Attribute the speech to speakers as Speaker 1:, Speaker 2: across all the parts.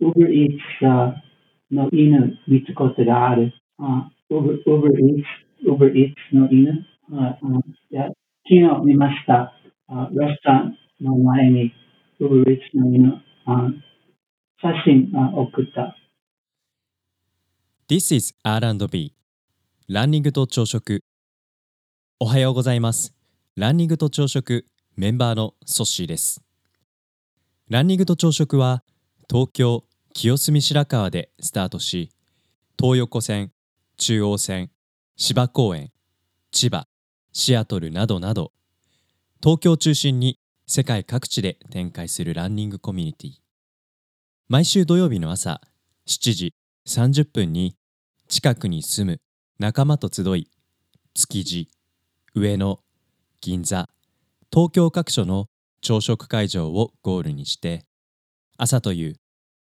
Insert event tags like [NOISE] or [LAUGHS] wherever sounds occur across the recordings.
Speaker 1: Uber Eats uh, no inu mitsukote ga aru. Uh, Uber, Uber Eats, Uber Eats no inu. Uh, uh, いや、昨日見ました。Uh, レストランの前に Uber Eats の犬、uh, 写真、uh, 送った。
Speaker 2: This is R&B ランニングと朝食おはようございますランニングと朝食メンバーのソッシーですランニングと朝食は東京清澄白河でスタートし東横線中央線芝公園千葉シアトルなどなど東京を中心に世界各地で展開するランニングコミュニティ毎週土曜日の朝7時30分に近くに住む仲間と集い築地上野銀座東京各所の朝食会場をゴールにして朝という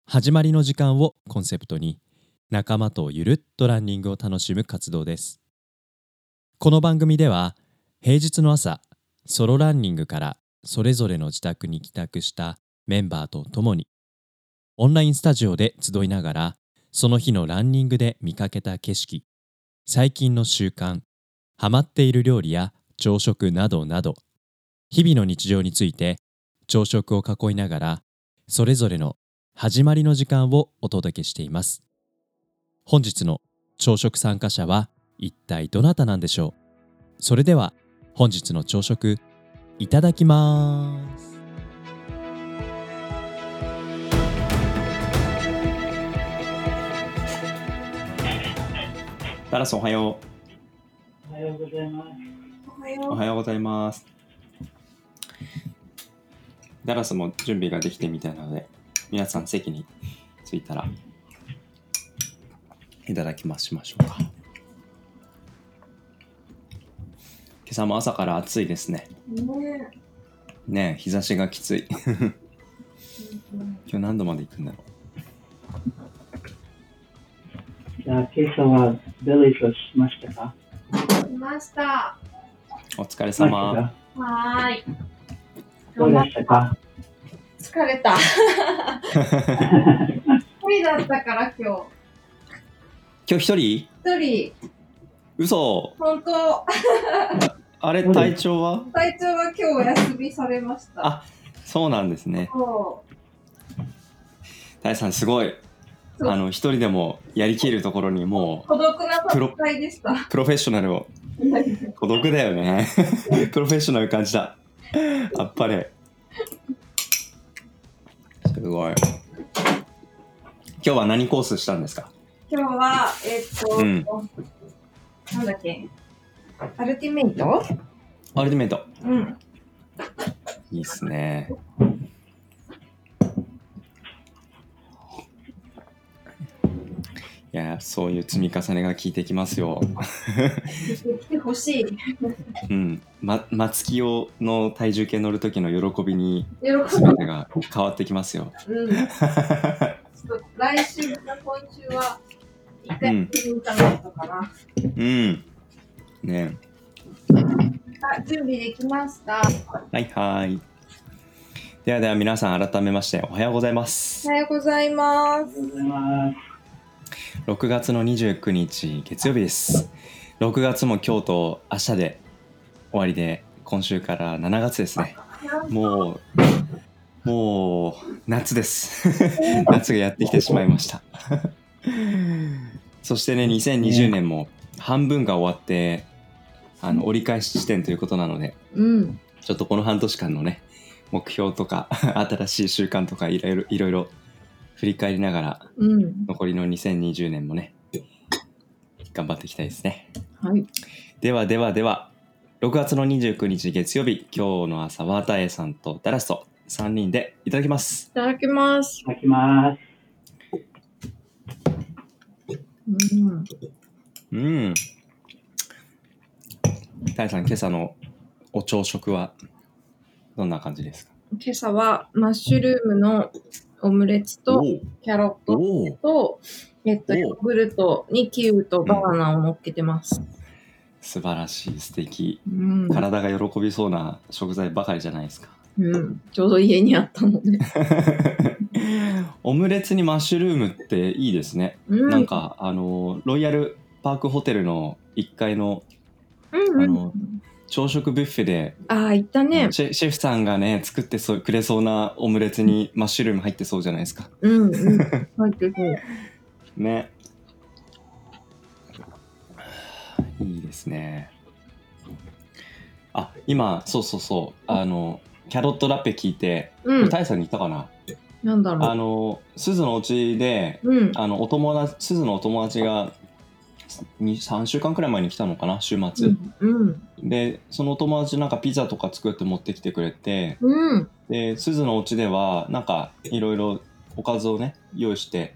Speaker 2: 始まりの時間をコンセプトに仲間とゆるっとランニングを楽しむ活動ですこの番組では平日の朝ソロランニングからそれぞれの自宅に帰宅したメンバーと共にオンラインスタジオで集いながらその日のランニングで見かけた景色最近の習慣ハマっている料理や朝食などなど日々の日常について朝食を囲いながらそれぞれの始まりの時間をお届けしています本日の朝食参加者は一体どなたなんでしょうそれでは本日の朝食いただきますタラスおはよう
Speaker 1: おはようございます。
Speaker 3: おは
Speaker 2: お
Speaker 3: よ
Speaker 2: はようございますダラスも準備ができてみたいなので皆さん席に着いたらいただきますしましょうか今朝も朝から暑いですね
Speaker 3: う。ね
Speaker 2: ねえ日差しがきつい [LAUGHS] 今日何度まで行くんだろ
Speaker 1: じゃあ、今朝はデリートしましたか
Speaker 3: え、来ました。
Speaker 2: うお疲れ様
Speaker 3: はーい。
Speaker 1: どうでしたか
Speaker 3: 疲れた。一人だったから今
Speaker 2: 今日一人
Speaker 3: 日。一人、
Speaker 2: 嘘
Speaker 3: 本当、
Speaker 2: あれ
Speaker 1: うん
Speaker 2: 体調は
Speaker 3: 体調は今日お休みされました。
Speaker 2: あそうなんですね
Speaker 3: そ
Speaker 2: タイさんすごい
Speaker 3: そう
Speaker 2: あの一人でもやりきるところにもう
Speaker 3: う。孤独な戦いでした。
Speaker 2: プロフェッショナルを孤独だよねプロフェッショナル感じだあっぱれすごい今日は何コースしたんですか
Speaker 3: 今日は、えっと、
Speaker 2: うん
Speaker 3: なんだっけ。アルティメイト
Speaker 2: アルティメイト
Speaker 3: うん。
Speaker 2: いいっすねいやそういう積み重ねが効いてきますよ
Speaker 3: 来てほしい。喜
Speaker 2: うんま松木をの体重計乗る時の喜びに [LAUGHS]
Speaker 3: ぶ。
Speaker 2: 全てが変わってきますよ
Speaker 3: うん。ちょっと来週か今週は、一回見てみたかったかな。
Speaker 2: うんね
Speaker 3: あ、準備できました。
Speaker 2: はいはい。ではでは皆さん改めましておはようございます
Speaker 3: お。はようございます。
Speaker 1: おはようございます。
Speaker 2: 6月の29日月曜日です。6月も今日と明日で終わりで今週から7月ですね。もう、もう夏です。 [LAUGHS] 夏がやってきてしまいました。 [LAUGHS] そしてね、2020年も半分が終わって、あの折り返し地点ということなので、
Speaker 3: うん。
Speaker 2: ちょっとこの半年間のね、目標とか、 [LAUGHS] 新しい習慣とか、いろいろ、いろいろ振り返りながら、
Speaker 3: うん。
Speaker 2: 残りの2020年もね、頑張っていきたいですね。
Speaker 3: はい。
Speaker 2: ではではでは、6月の29日月曜日、今日の朝は、たえさんとダラスと3人でいただきます。
Speaker 3: いただきます。
Speaker 1: 書きます。
Speaker 3: うん。
Speaker 2: うん。たえさん、今朝のお朝食は、どんな感じですか
Speaker 3: 今朝はマッシュルームのオムレツと
Speaker 2: おう
Speaker 3: キャロット
Speaker 2: おう
Speaker 3: と、えっと、
Speaker 2: お
Speaker 3: ヨーグルトにキウイとバナナを乗っけてます。
Speaker 2: 素晴らしい、素敵。
Speaker 3: うん。
Speaker 2: 体が喜びそうな食材ばかりじゃないですか。
Speaker 3: うん。ちょうど家にあったので。
Speaker 2: オムレツにマッシュルームっていいですね。
Speaker 3: うん
Speaker 2: なんか、あの、ロイヤルパークホテルの1階の
Speaker 3: うんう
Speaker 2: あ
Speaker 3: ん
Speaker 2: の朝食ビュッフェで、
Speaker 3: ああ、行ったね。
Speaker 2: シェシェフさんがね、作ってそうくれそうなオムレツにマッシュルーム入ってそうじゃないですか。
Speaker 3: うん [LAUGHS] うん。入ってそう。
Speaker 2: ね。いいですね。あ、今、そうそうそう、あの、キャロットラペ聞いて、
Speaker 3: うん。
Speaker 2: タイさんに言ったかな、
Speaker 3: なんだろ
Speaker 2: あの、すずのお家で、
Speaker 3: う。うん。
Speaker 2: あのお友達すずのお友達がに3週間くらい前に来たのかな週末、
Speaker 3: うん。
Speaker 2: でそのお友達なんかピザとか作って持ってきてくれて
Speaker 3: うん。
Speaker 2: ですずのお家ではなんかいろいろおかずをね用意して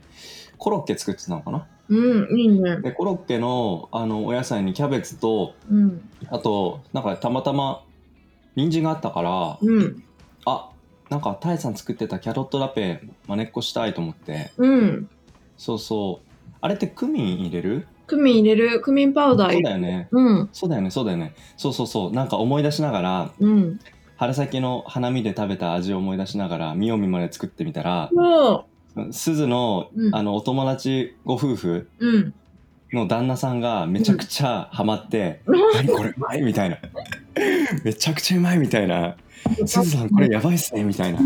Speaker 2: コロッケ作ってたのかな
Speaker 3: うん。いいね。
Speaker 2: でコロッケのあのお野菜にキャベツと
Speaker 3: うん。
Speaker 2: あとなんかたまたま人参があったから、
Speaker 3: うん。
Speaker 2: あなんかタイさん作ってたキャロットラペまねっこしたいと思って
Speaker 3: うん。
Speaker 2: そうそうあれってクミン入れる
Speaker 3: クミン入れる。クミンパウダ
Speaker 2: そ
Speaker 3: ー
Speaker 2: う
Speaker 3: 入
Speaker 2: だ
Speaker 3: れる。
Speaker 2: よね
Speaker 3: うん。
Speaker 2: そうだよね、そうだよね。そうそうそう。なんか思い出しながら、
Speaker 3: うん。
Speaker 2: 春先の花見で食べた味を思い出しながら、みよみまで作ってみたら、
Speaker 3: そ
Speaker 2: すずの、
Speaker 3: うん
Speaker 2: あの、お友達ご夫婦
Speaker 3: う。うん。
Speaker 2: の旦那さんがめちゃくちゃハマって、何これうまいみたいな。めちゃくちゃうまいみたいな。すずさんこれやばいっすねみたいな。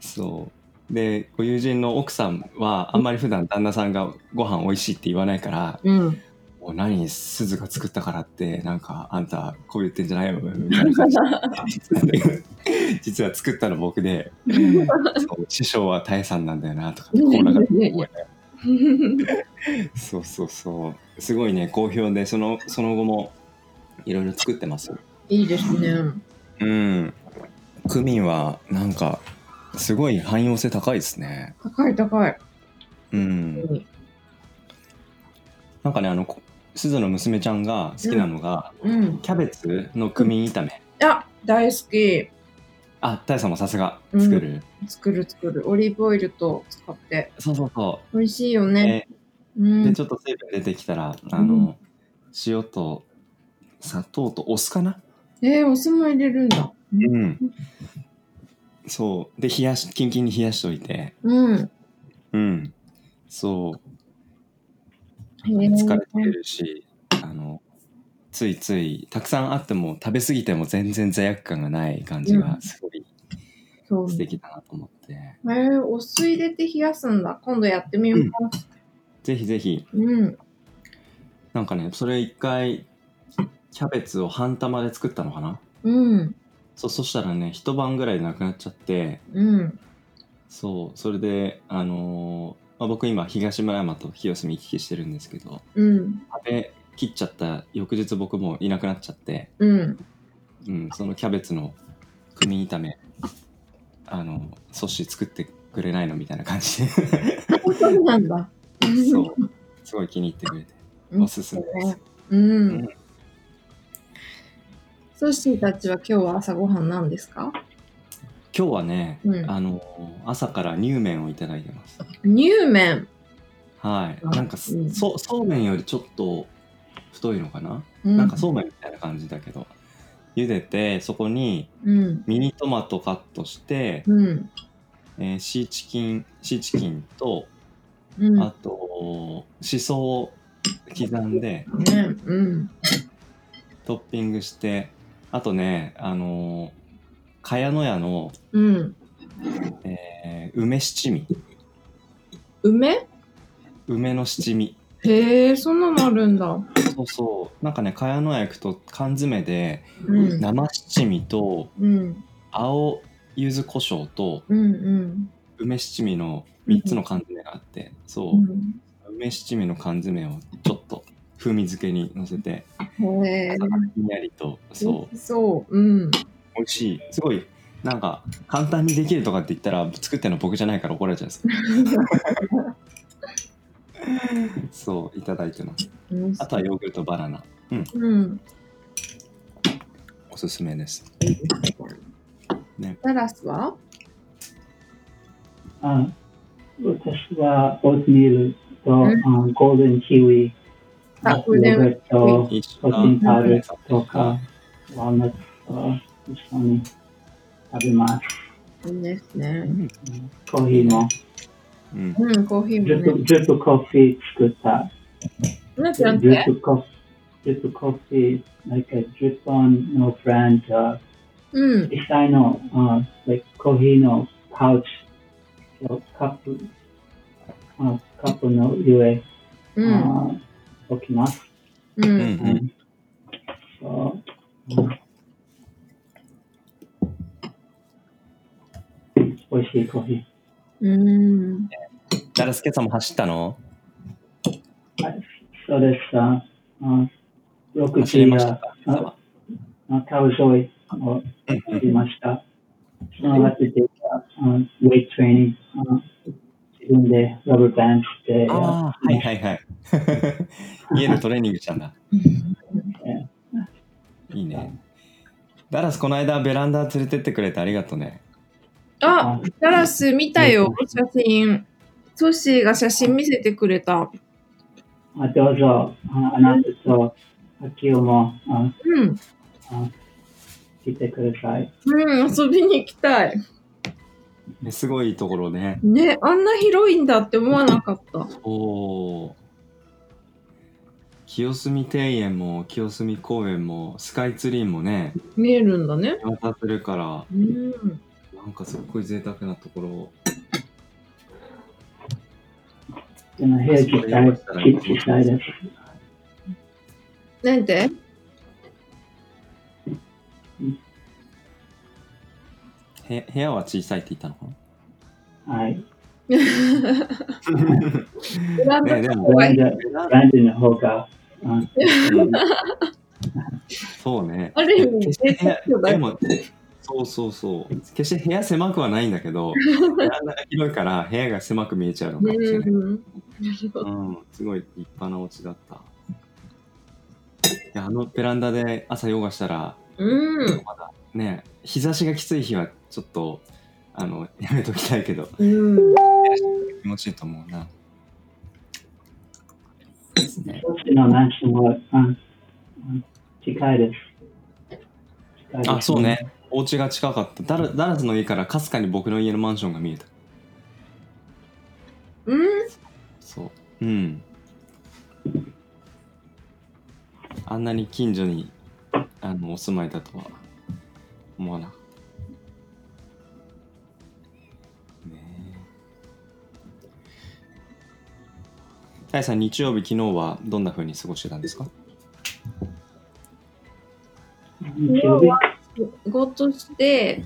Speaker 2: そう。で、ご友人の奥さんは、あんまり普段旦那さんがご飯美味しいって言わないから、
Speaker 3: うん。
Speaker 2: もう何鈴が作ったからってなんかあんたこう言ってんじゃないよみたいな感じ [LAUGHS] 実は作ったの僕でそう師匠はタエさんなんだよなとかこうなんかそうそうそうすごいね好評でそのその後もいろいろ作ってます
Speaker 3: [LAUGHS] いいですね。
Speaker 2: うんクミンはなんかすごい汎用性高いですね
Speaker 3: 高い高い。
Speaker 2: うんなんかねあのこ鈴の娘ちゃんが好きなのが、
Speaker 3: うん。
Speaker 2: キャベツのクミン炒め
Speaker 3: あ、大好き。
Speaker 2: あ、タイさんもさすが作る、
Speaker 3: 作る作る。オリーブオイルと使って。
Speaker 2: そうそうそ
Speaker 3: 美味しいよ
Speaker 2: う。
Speaker 3: ね。う
Speaker 2: えで、
Speaker 3: ん。
Speaker 2: ちょっと水分出てきたら、あの、
Speaker 3: うん
Speaker 2: 塩と砂糖とお酢かな
Speaker 3: えー、お酢も入れるんだ。
Speaker 2: うん。そう。で、冷やし、キンキンに冷やしといて。
Speaker 3: うん。
Speaker 2: うん。そう。
Speaker 3: へー
Speaker 2: 疲れてるし、あの、ついつい、たくさんあっても、食べ過ぎても全然罪悪感がない感じ
Speaker 3: う
Speaker 2: が、
Speaker 3: ん
Speaker 2: すごい
Speaker 3: そう
Speaker 2: 素。敵だなと思って。
Speaker 3: えー、お酢入れて冷やすんだ。今度やってみようか。
Speaker 2: ぜひぜひ、
Speaker 3: うん。
Speaker 2: なんかね、それ一回、キャベツを半玉で作ったのかな
Speaker 3: うん。
Speaker 2: そうそしたらね一晩ぐらいなくなっちゃって
Speaker 3: うん。
Speaker 2: そうそれであのーまあ、僕今東村山と清澄行き来してるんですけど
Speaker 3: うん。
Speaker 2: 食べ切っちゃった翌日僕もいなくなっちゃって、
Speaker 3: うん。
Speaker 2: うん、そのキャベツの組み炒めあの阻止作ってくれないのみたいな感
Speaker 3: [LAUGHS]
Speaker 2: じで
Speaker 3: そうなんだ。
Speaker 2: そうすごい気に入ってくれて
Speaker 3: うん
Speaker 2: おすすめです
Speaker 3: うん。ソシーたちは今日は朝ごはん何ですか
Speaker 2: 今日はね、
Speaker 3: うん
Speaker 2: あのー朝から乳麺をいただいてます
Speaker 3: 乳麺。
Speaker 2: はい
Speaker 3: あ
Speaker 2: なんかそ,、
Speaker 3: うん
Speaker 2: うそうめんよりちょっと太いのかな
Speaker 3: うん
Speaker 2: なんかそうめんみたいな感じだけど、茹でてそこに
Speaker 3: うん。
Speaker 2: ミニトマトカットして、
Speaker 3: うん。
Speaker 2: えーシーチキンシーチキンと、
Speaker 3: うん。
Speaker 2: あとしそを刻んで
Speaker 3: ね。うん。
Speaker 2: トッピングしてあとねあのー、茅野屋の、
Speaker 3: うん。
Speaker 2: えー梅七味
Speaker 3: 梅
Speaker 2: 梅の七味
Speaker 3: へえ、そんなのあるんだ。
Speaker 2: そうそうなんかね茅野屋行くと缶詰で
Speaker 3: うん。
Speaker 2: 生七味と
Speaker 3: うん。
Speaker 2: 青柚子胡椒と
Speaker 3: うん。うん。
Speaker 2: 梅七味の3つの缶詰があって、そう、
Speaker 3: うん
Speaker 2: 梅七味の缶詰をちょっと風味付けにのせて
Speaker 3: へえ。
Speaker 2: ひんやりとそう
Speaker 3: 美味しそう。うん。
Speaker 2: 美味しいすごいなんか簡単にできるとかって言ったら作ってるの僕じゃないから怒られちゃうんですけどそういただいてますあとはヨーグルトバナナ
Speaker 3: うん。
Speaker 2: おすすめですね
Speaker 3: タラスは
Speaker 1: あ私はオートミールと、
Speaker 3: ん
Speaker 1: あゴールデンキウイ、
Speaker 3: あ
Speaker 1: ヨ
Speaker 3: ゴールデン
Speaker 1: ーグルト、
Speaker 2: 一緒
Speaker 1: プロ
Speaker 2: だ
Speaker 1: テインパウダ uh, ーとか、ワーナッツと一緒に食べます。
Speaker 3: いいですね。
Speaker 1: コーヒーも、
Speaker 2: うん。
Speaker 3: うん、コーヒ
Speaker 1: ず
Speaker 3: ー
Speaker 1: っ
Speaker 3: も
Speaker 1: と、
Speaker 3: ね。
Speaker 1: ずっとコーヒー作った。
Speaker 3: なんて
Speaker 1: ず
Speaker 3: なんて
Speaker 1: っとコーずっとコーヒー、like a drip on のブランド、
Speaker 3: うん。
Speaker 1: 実際の、uh, like コーヒーのパウチ、そうカップ、あカップの上、
Speaker 3: うん。
Speaker 1: あ置きます。
Speaker 3: う。
Speaker 2: うんん。
Speaker 1: そう美味しいコーヒー。
Speaker 3: うん。
Speaker 2: ダラスケさんも走ったの
Speaker 1: そうでした。あ6
Speaker 2: 走り
Speaker 1: 時
Speaker 2: ました
Speaker 1: が
Speaker 2: か
Speaker 1: ああ川沿いを走りました。その後で、あウェイトトレーニング、あ自分でラバーバンドして、
Speaker 2: ああ、はいはい [LAUGHS] はい。家でトレーニングしたんだ。いいね。ダラス、この間ベランダ連れてってくれてありがとうね。
Speaker 3: あ、ガラス見たよ、写真。ソシーが写真見せてくれた。
Speaker 1: あどうぞ、ああなたと秋夫もあ
Speaker 3: うん。
Speaker 1: 来てください。
Speaker 3: うん、遊びに行きたい。
Speaker 2: ねすごいいいところね。
Speaker 3: ね、あんな広いんだって思わなかった。
Speaker 2: おお。清澄庭園も清澄公園もスカイツリーもね、
Speaker 3: 見えるんだね。
Speaker 2: 見渡せるから、
Speaker 3: うん。
Speaker 2: なんかすっごい贅沢なところを。
Speaker 1: でも部屋自体、キッチン自体です。
Speaker 3: なんて
Speaker 2: へ部屋は小さいって言ったのか
Speaker 1: はい。
Speaker 3: ベ [LAUGHS] ラン
Speaker 2: な
Speaker 3: ダ
Speaker 2: ねでも、
Speaker 1: ブランド、ブランドの方が、あ
Speaker 2: うんそうね。
Speaker 3: ある意味、
Speaker 2: 決して部屋
Speaker 3: だ
Speaker 2: で
Speaker 3: よ。
Speaker 2: も、そうそうそう。決して部屋狭くはないんだけ
Speaker 3: [LAUGHS]
Speaker 2: ど、ベランダが広いから部屋が狭く見えちゃうのかもしれない。
Speaker 3: うん。
Speaker 2: うん、すごい立派なお家だった。いや、あのベランダで朝ヨガしたら、
Speaker 3: うん。
Speaker 2: まだね、日差しがきつい日はちょっと、あの、やめときたいけど、
Speaker 3: うん。
Speaker 2: 気持ちいいと思うな。ですね。
Speaker 1: こっちのマンションは、あ近いです。近いです
Speaker 2: あ、そう。ね。お家が近かった。ダラダラスの家からかすかに僕の家のマンションが見えた。
Speaker 3: うん。
Speaker 2: そう。うん。あんなに近所にあのお住まいだとは思わなかった。ねえ。タイさん、日曜日、昨日はどんな風に過ごしてたんですか
Speaker 1: 日曜日
Speaker 3: 仕事して、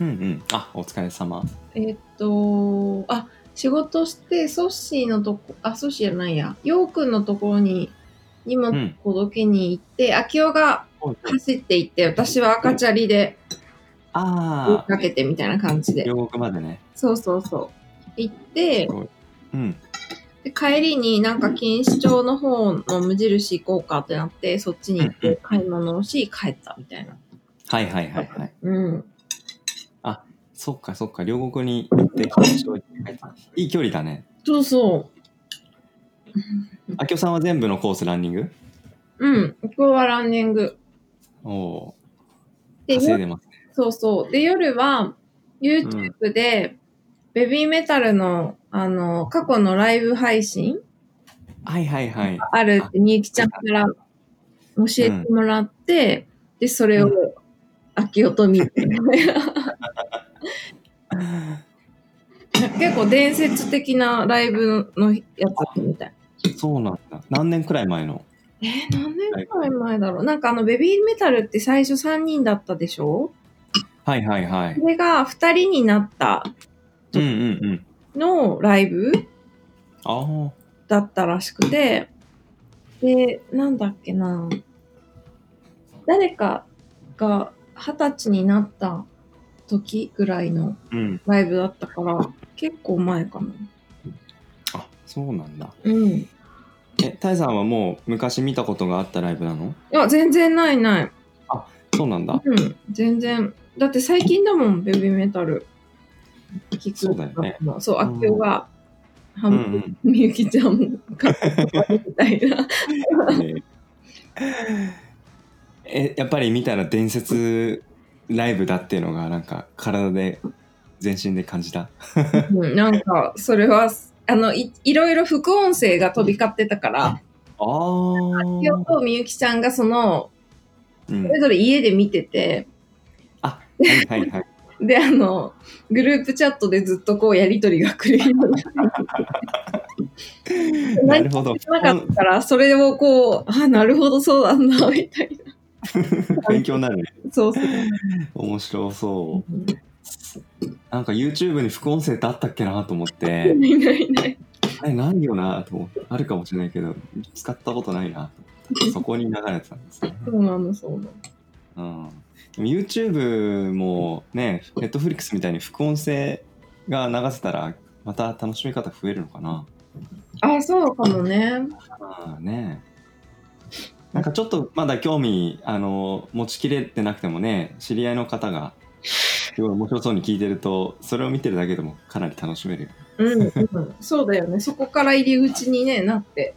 Speaker 2: うんうん。あ、お疲れ様。
Speaker 3: えーっと、あ、仕事して、ソッシーのとこ、あ、ソッシーじゃないや、ヨウくんのところに荷物届けに行って、アキオが走って行って、私は赤チャリで追い
Speaker 2: ああ、
Speaker 3: かけてみたいな感じで。
Speaker 2: 両国までね。
Speaker 3: そうそうそう。行って、
Speaker 2: うん。
Speaker 3: で帰りになんか錦糸町の方の無印行こうかってなって、そっちに行って買い物をし、帰ったみたいな。
Speaker 2: はいはいはいはい。
Speaker 3: うん。
Speaker 2: そっかそっか、両国に行って、緊張に入ったいい距離だね。
Speaker 3: そうそ
Speaker 2: あきおさんは全部のコースランニング
Speaker 3: う。うん。今日はランニング。
Speaker 2: おおー、
Speaker 3: で、
Speaker 2: 稼いでますね。
Speaker 3: そうそう。で、夜は YouTube で、ベビーメタルの、あの、過去のライブ配信
Speaker 2: はいはいはい。
Speaker 3: あるって、みゆきちゃんから教えてもらって、で、それを、あきおと見て。 [LAUGHS] 結構伝説的なライブのやつみたい。
Speaker 2: そうなんだ。何年くらい前の
Speaker 3: えー何年くらい前だろうなんかあの、ベビーメタルって最初3人だったでしょ
Speaker 2: はいはいはい。
Speaker 3: それが2人になった
Speaker 2: うんうんうん。
Speaker 3: のライブ
Speaker 2: ああ、
Speaker 3: だったらしくて、で、なんだっけな、誰かが二十歳になった時ぐらいの
Speaker 2: うん。
Speaker 3: ライブだったから、結構前かな。
Speaker 2: あそうなんだ。
Speaker 3: うん。
Speaker 2: え、タイさんはもう昔見たことがあったライブなの
Speaker 3: いや、全然ないない。
Speaker 2: そうなんだ。
Speaker 3: うん、全然。だって最近だもん、ベビーメタル。聞く
Speaker 2: そうだよね。
Speaker 3: そう、あ
Speaker 2: うん
Speaker 3: きおが、ハ
Speaker 2: うん
Speaker 3: ム、
Speaker 2: うん。
Speaker 3: みゆきちゃん
Speaker 2: [LAUGHS]
Speaker 3: が、みたいな。
Speaker 2: ねえ、やっぱり見たら伝説ライブだっていうのが、なんか体で全身で感じた。
Speaker 3: うんなんか、それは、あのい、いろいろ副音声が飛び交ってたから、
Speaker 2: あ
Speaker 3: 今日
Speaker 2: ー。
Speaker 3: とみゆきちゃんがその、
Speaker 2: うん
Speaker 3: それぞれ家で見てて、
Speaker 2: はいはいはい。
Speaker 3: で、あの、グループチャットでずっとこうやりとりが来るようになってて
Speaker 2: なるほど。
Speaker 3: なかったから、それをこう、あ、なるほど、そうなんだ、みたい
Speaker 2: 勉強になるね。
Speaker 3: な。そうそう。
Speaker 2: 面白そう。なんか YouTube に副音声ってあったっけなと思って、
Speaker 3: いないいない。
Speaker 2: あれないよなと思って、あるかもしれないけど、使ったことないなと思って、そこに流れてたんですね。
Speaker 3: そうなの、そうなの。
Speaker 2: うん、でも YouTube もね、Netflix みたいに副音声が流せたら、また楽しみ方増えるのかな。
Speaker 3: あ、そうかもね。
Speaker 2: ああねなんかちょっとまだ興味あの持ちきれてなくてもね知り合いの方がすごい面白そうに聞いてるとそれを見てるだけでもかなり楽しめるよ、
Speaker 3: うん、うん。そうだよね。そこから入り口にね、なって、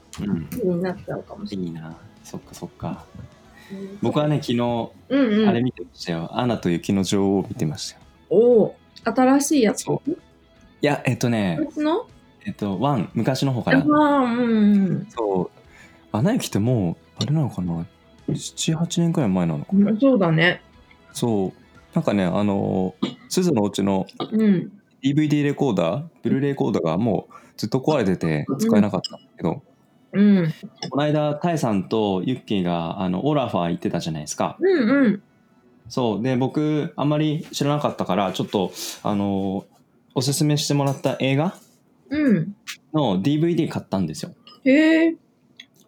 Speaker 2: うん、
Speaker 3: になっちゃうかもしれ
Speaker 2: いいなそっかそっか
Speaker 3: ない。
Speaker 2: 僕はね昨日
Speaker 3: うんうん。
Speaker 2: あれ見てましたよ「アナと雪の女王」を見てましたよ
Speaker 3: おお、新しいやつ。
Speaker 2: そういやえっとね
Speaker 3: 昔の
Speaker 2: えっとワン昔の方か
Speaker 3: ああ
Speaker 2: ら
Speaker 3: ー、うん
Speaker 2: そう「アナ雪」ってもうあれなのかな78年くらい前なのか
Speaker 3: うん。そうだね。
Speaker 2: そうなんかねあの鈴のうちの
Speaker 3: うん。
Speaker 2: DVD レコーダーブルーレコーダーがもうずっと壊れてて使えなかったんだけど、
Speaker 3: うん。うん
Speaker 2: この間タイさんとユッキーがあのオラファー行ってたじゃないですか
Speaker 3: うん。
Speaker 2: そうで僕あんまり知らなかったからちょっとあのおすすめしてもらった映画
Speaker 3: うん。
Speaker 2: の DVD 買ったんですよ
Speaker 3: へえ。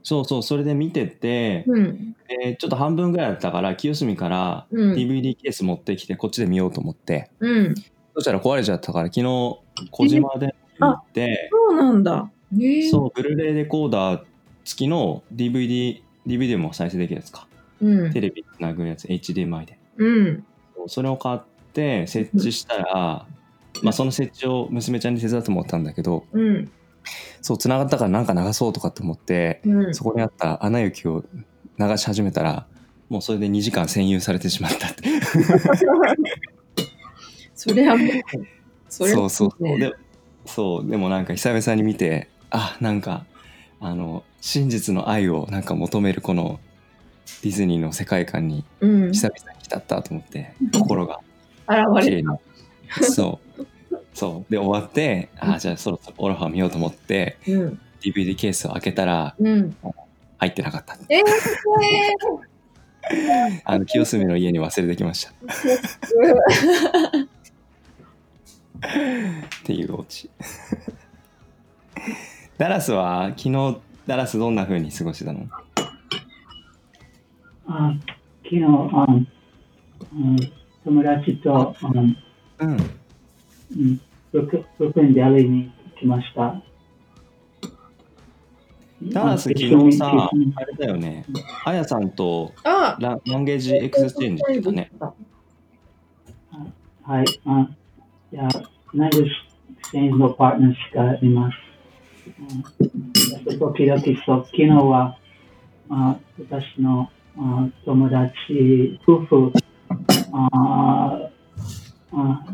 Speaker 2: そうそうそれで見てて、
Speaker 3: うん。
Speaker 2: えーちょっと半分ぐらいだったから清澄から
Speaker 3: うん。
Speaker 2: DVD ケース持ってきてこっちで見ようと思って
Speaker 3: うん。
Speaker 2: そしたら壊れちゃったから昨日小島で行って、
Speaker 3: そうなんだ。へえ。
Speaker 2: そう、ブルーレイレコーダー付きの DVD、DVD も再生できるやつか。
Speaker 3: うん
Speaker 2: テ。レビつなぐやつ、HDMI で。
Speaker 3: うん。
Speaker 2: それを買って設置したら、まあその設置を娘ちゃんに手伝ってもらったんだけど、
Speaker 3: うん。
Speaker 2: そう、つながったからなんか流そうとかって思って、
Speaker 3: うん。
Speaker 2: そこにあった穴雪を流し始めたら、もうそれで2時間占有されてしまったって。
Speaker 3: それはもう、それは
Speaker 2: そ
Speaker 3: も
Speaker 2: うそうそう。
Speaker 3: ね
Speaker 2: でそう、でもなんか久々に見て、あ、なんか、あの、真実の愛をなんか求めるこのディズニーの世界観に
Speaker 3: うん。現
Speaker 2: 久々に浸ったと思って、心が綺
Speaker 3: れ
Speaker 2: 麗に。 [LAUGHS] そう。そう。で、終わって、あ、じゃあそろそろオラファー見ようと思って、
Speaker 3: た。うん。
Speaker 2: DVD ケースを開けたら
Speaker 3: うん。
Speaker 2: 入ってなかった。
Speaker 3: ええ。
Speaker 2: あの、清澄の家に忘れてきました。っていうオチ。 [LAUGHS] ダラスは昨日、ダラスどんな風に過ごしてたの
Speaker 1: Uh, you know, um, um, Tomodachi to um,
Speaker 2: うん。
Speaker 1: うんブルックブルックリンで歩いに来ました。
Speaker 2: ダラス
Speaker 1: あ
Speaker 2: 昨日さ
Speaker 1: 適当に
Speaker 2: あれだよね。あやさんと
Speaker 3: あ
Speaker 2: ランランゲージエクスチェンジだね。
Speaker 1: はい。あいや、ナイスチェンジのパートナーしかいます。うん時々そう、昨日はあ私のあ友達、夫婦、ああ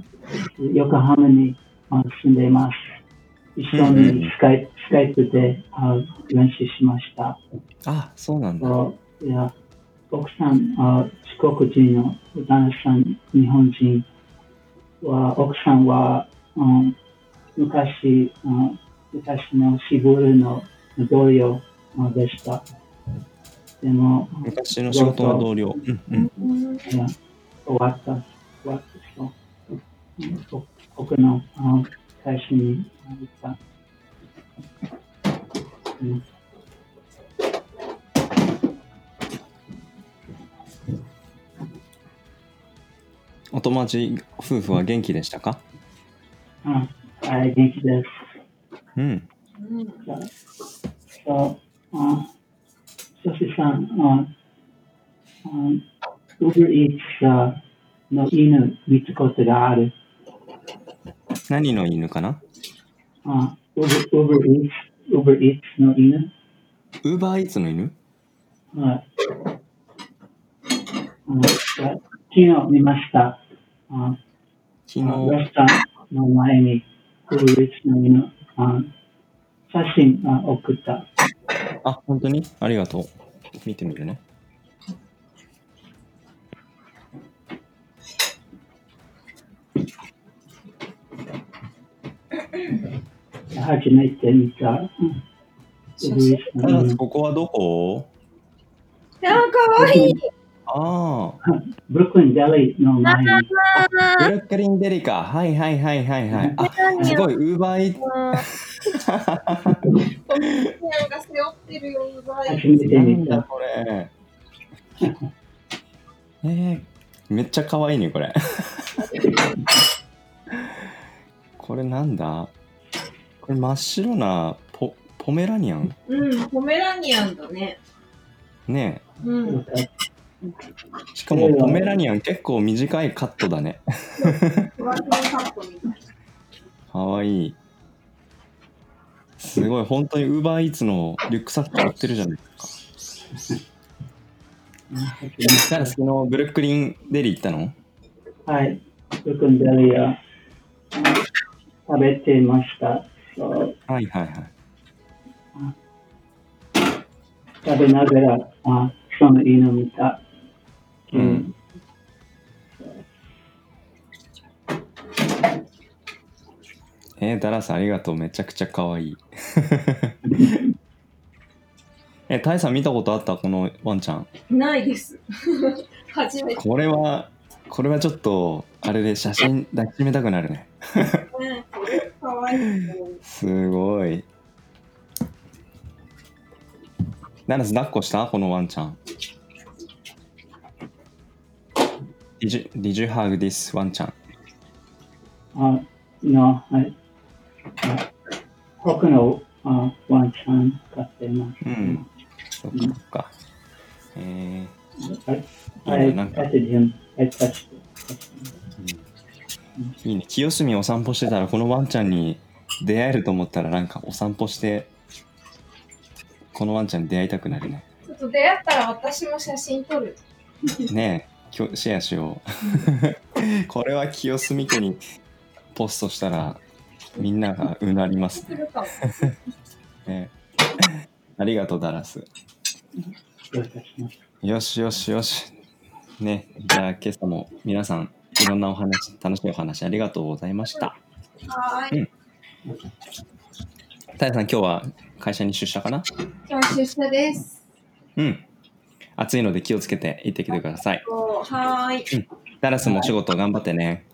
Speaker 1: 横浜にあ住んでいます。一緒にスカイスカイプであ練習しました。
Speaker 2: あ、そうなんだ。
Speaker 1: そういや奥さんあ、四国人の旦那さん、日本人は、奥さんは、うん、昔、うん、昔の渋谷の同僚あでした。でも、うん
Speaker 2: 昔の仕事の同僚。うんうん。
Speaker 1: いや終わった、終わったそううんそ。僕のあ会社に行った。うん
Speaker 2: お友達夫婦は元気でしたか
Speaker 1: あはい、元気です。
Speaker 2: うん。
Speaker 1: So, uh, Soshi-san, uh, um, Uber Eats uh, の犬見つことがある。
Speaker 2: 何の犬かな
Speaker 1: Uh, Uber, Uber Eats, Uber Eats の犬。
Speaker 2: ウーバーイーツの犬
Speaker 1: Uh, uh, 昨日見ました。Uh,
Speaker 2: 昨昨
Speaker 1: あ
Speaker 2: 日、
Speaker 1: ラスタの前に、ウルイスの犬、あ写真あ送った。
Speaker 2: あ、本当にありがとう。見てみるね。
Speaker 1: 初めて見た。うんウルイス
Speaker 2: カ
Speaker 1: の
Speaker 2: ラス、
Speaker 1: 犬。
Speaker 2: ここはどこ
Speaker 3: あー、かわいい。
Speaker 2: ああ、
Speaker 1: ブルックリンデリーの前に。
Speaker 2: [LAUGHS] ブルックリンデリカ。はいはいはいはいはい。あ、すごい、ウーバーイーツ
Speaker 3: お姉ちゃんが背負ってるよ、うざい。
Speaker 1: 初めて
Speaker 2: なん
Speaker 1: 見
Speaker 2: だ
Speaker 1: た。
Speaker 2: これ。 [LAUGHS] えー、めっちゃ可愛いね、これ。 [LAUGHS] これなんだこれ真っ白なポポメラニアン
Speaker 3: うん、ポメラニアンだね。
Speaker 2: ね
Speaker 3: うん。
Speaker 2: えしかもポメラニアン結構短いカットだね。
Speaker 3: ふわふわ散歩みたい
Speaker 2: 可愛い。すごい、本当にウーバーイーツのリュックサック買ってるじゃないですか。だから昨日ブルックリンデリー行ったの
Speaker 1: はい。ブルックリンデリーは食べてました。そう
Speaker 2: はいはいはい。
Speaker 1: 食べながら、あその犬見た。
Speaker 2: うん。えー、ダラさんありがとう。めちゃくちゃ可愛い。 [LAUGHS] え、タイさん見たことあったこのワンちゃん。
Speaker 3: な。ないです。初めて
Speaker 2: これは、これはちょっと、あれで写真抱きしめたくなるね。
Speaker 3: ね。これかわいいよ。
Speaker 2: すごい。ダラス抱っこしたこのワンちゃん。Did you, did you hug this ワンちゃん
Speaker 1: あの、はい。あ他のあワンちゃん飼ってます。
Speaker 2: うん。そっかそっか。えー、いいね、なんか、
Speaker 1: はい。
Speaker 2: いいね。清澄お散歩してたら、このワンちゃんに出会えると思ったら、なんかお散歩して、このワンちゃんに出会いたくなるね。
Speaker 3: ちょっと出会ったら私も写真撮る。
Speaker 2: ねえ、きょシェアしよう。 [LAUGHS] これは清澄家にポストしたら、みんながうなります
Speaker 3: するかも。
Speaker 2: ね。ありがとう、ダラス。よしよしよし。ね、じゃあ今朝も皆さん、いろんなお話、楽しいお話ありがとうございました。
Speaker 3: は
Speaker 2: う
Speaker 3: ー
Speaker 2: ん
Speaker 3: い。
Speaker 2: タイさん、今日は会社に出社かな
Speaker 3: 今日出社です。
Speaker 2: うん。暑いので気をつけて行ってきてください。
Speaker 3: おはーい。
Speaker 2: ダラスもお仕事頑張ってね。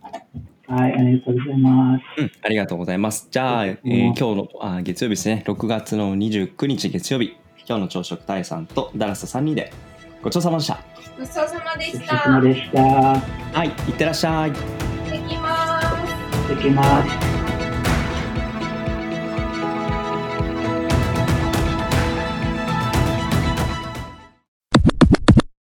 Speaker 1: はい、ありがとうございます。
Speaker 2: うん、ありがとうございます。じゃあ、えー
Speaker 1: うん
Speaker 2: 今日のあ月曜日ですね、6月の29日月曜日、今日の朝食、タイさんとダラスと3人でごちそうさまでした。
Speaker 3: ごちそうさま
Speaker 1: ご
Speaker 3: でし
Speaker 1: ちそうさま
Speaker 3: た。
Speaker 1: でした。行
Speaker 2: はい、いってらっしゃい。
Speaker 3: 行ってきます。
Speaker 1: ってきます。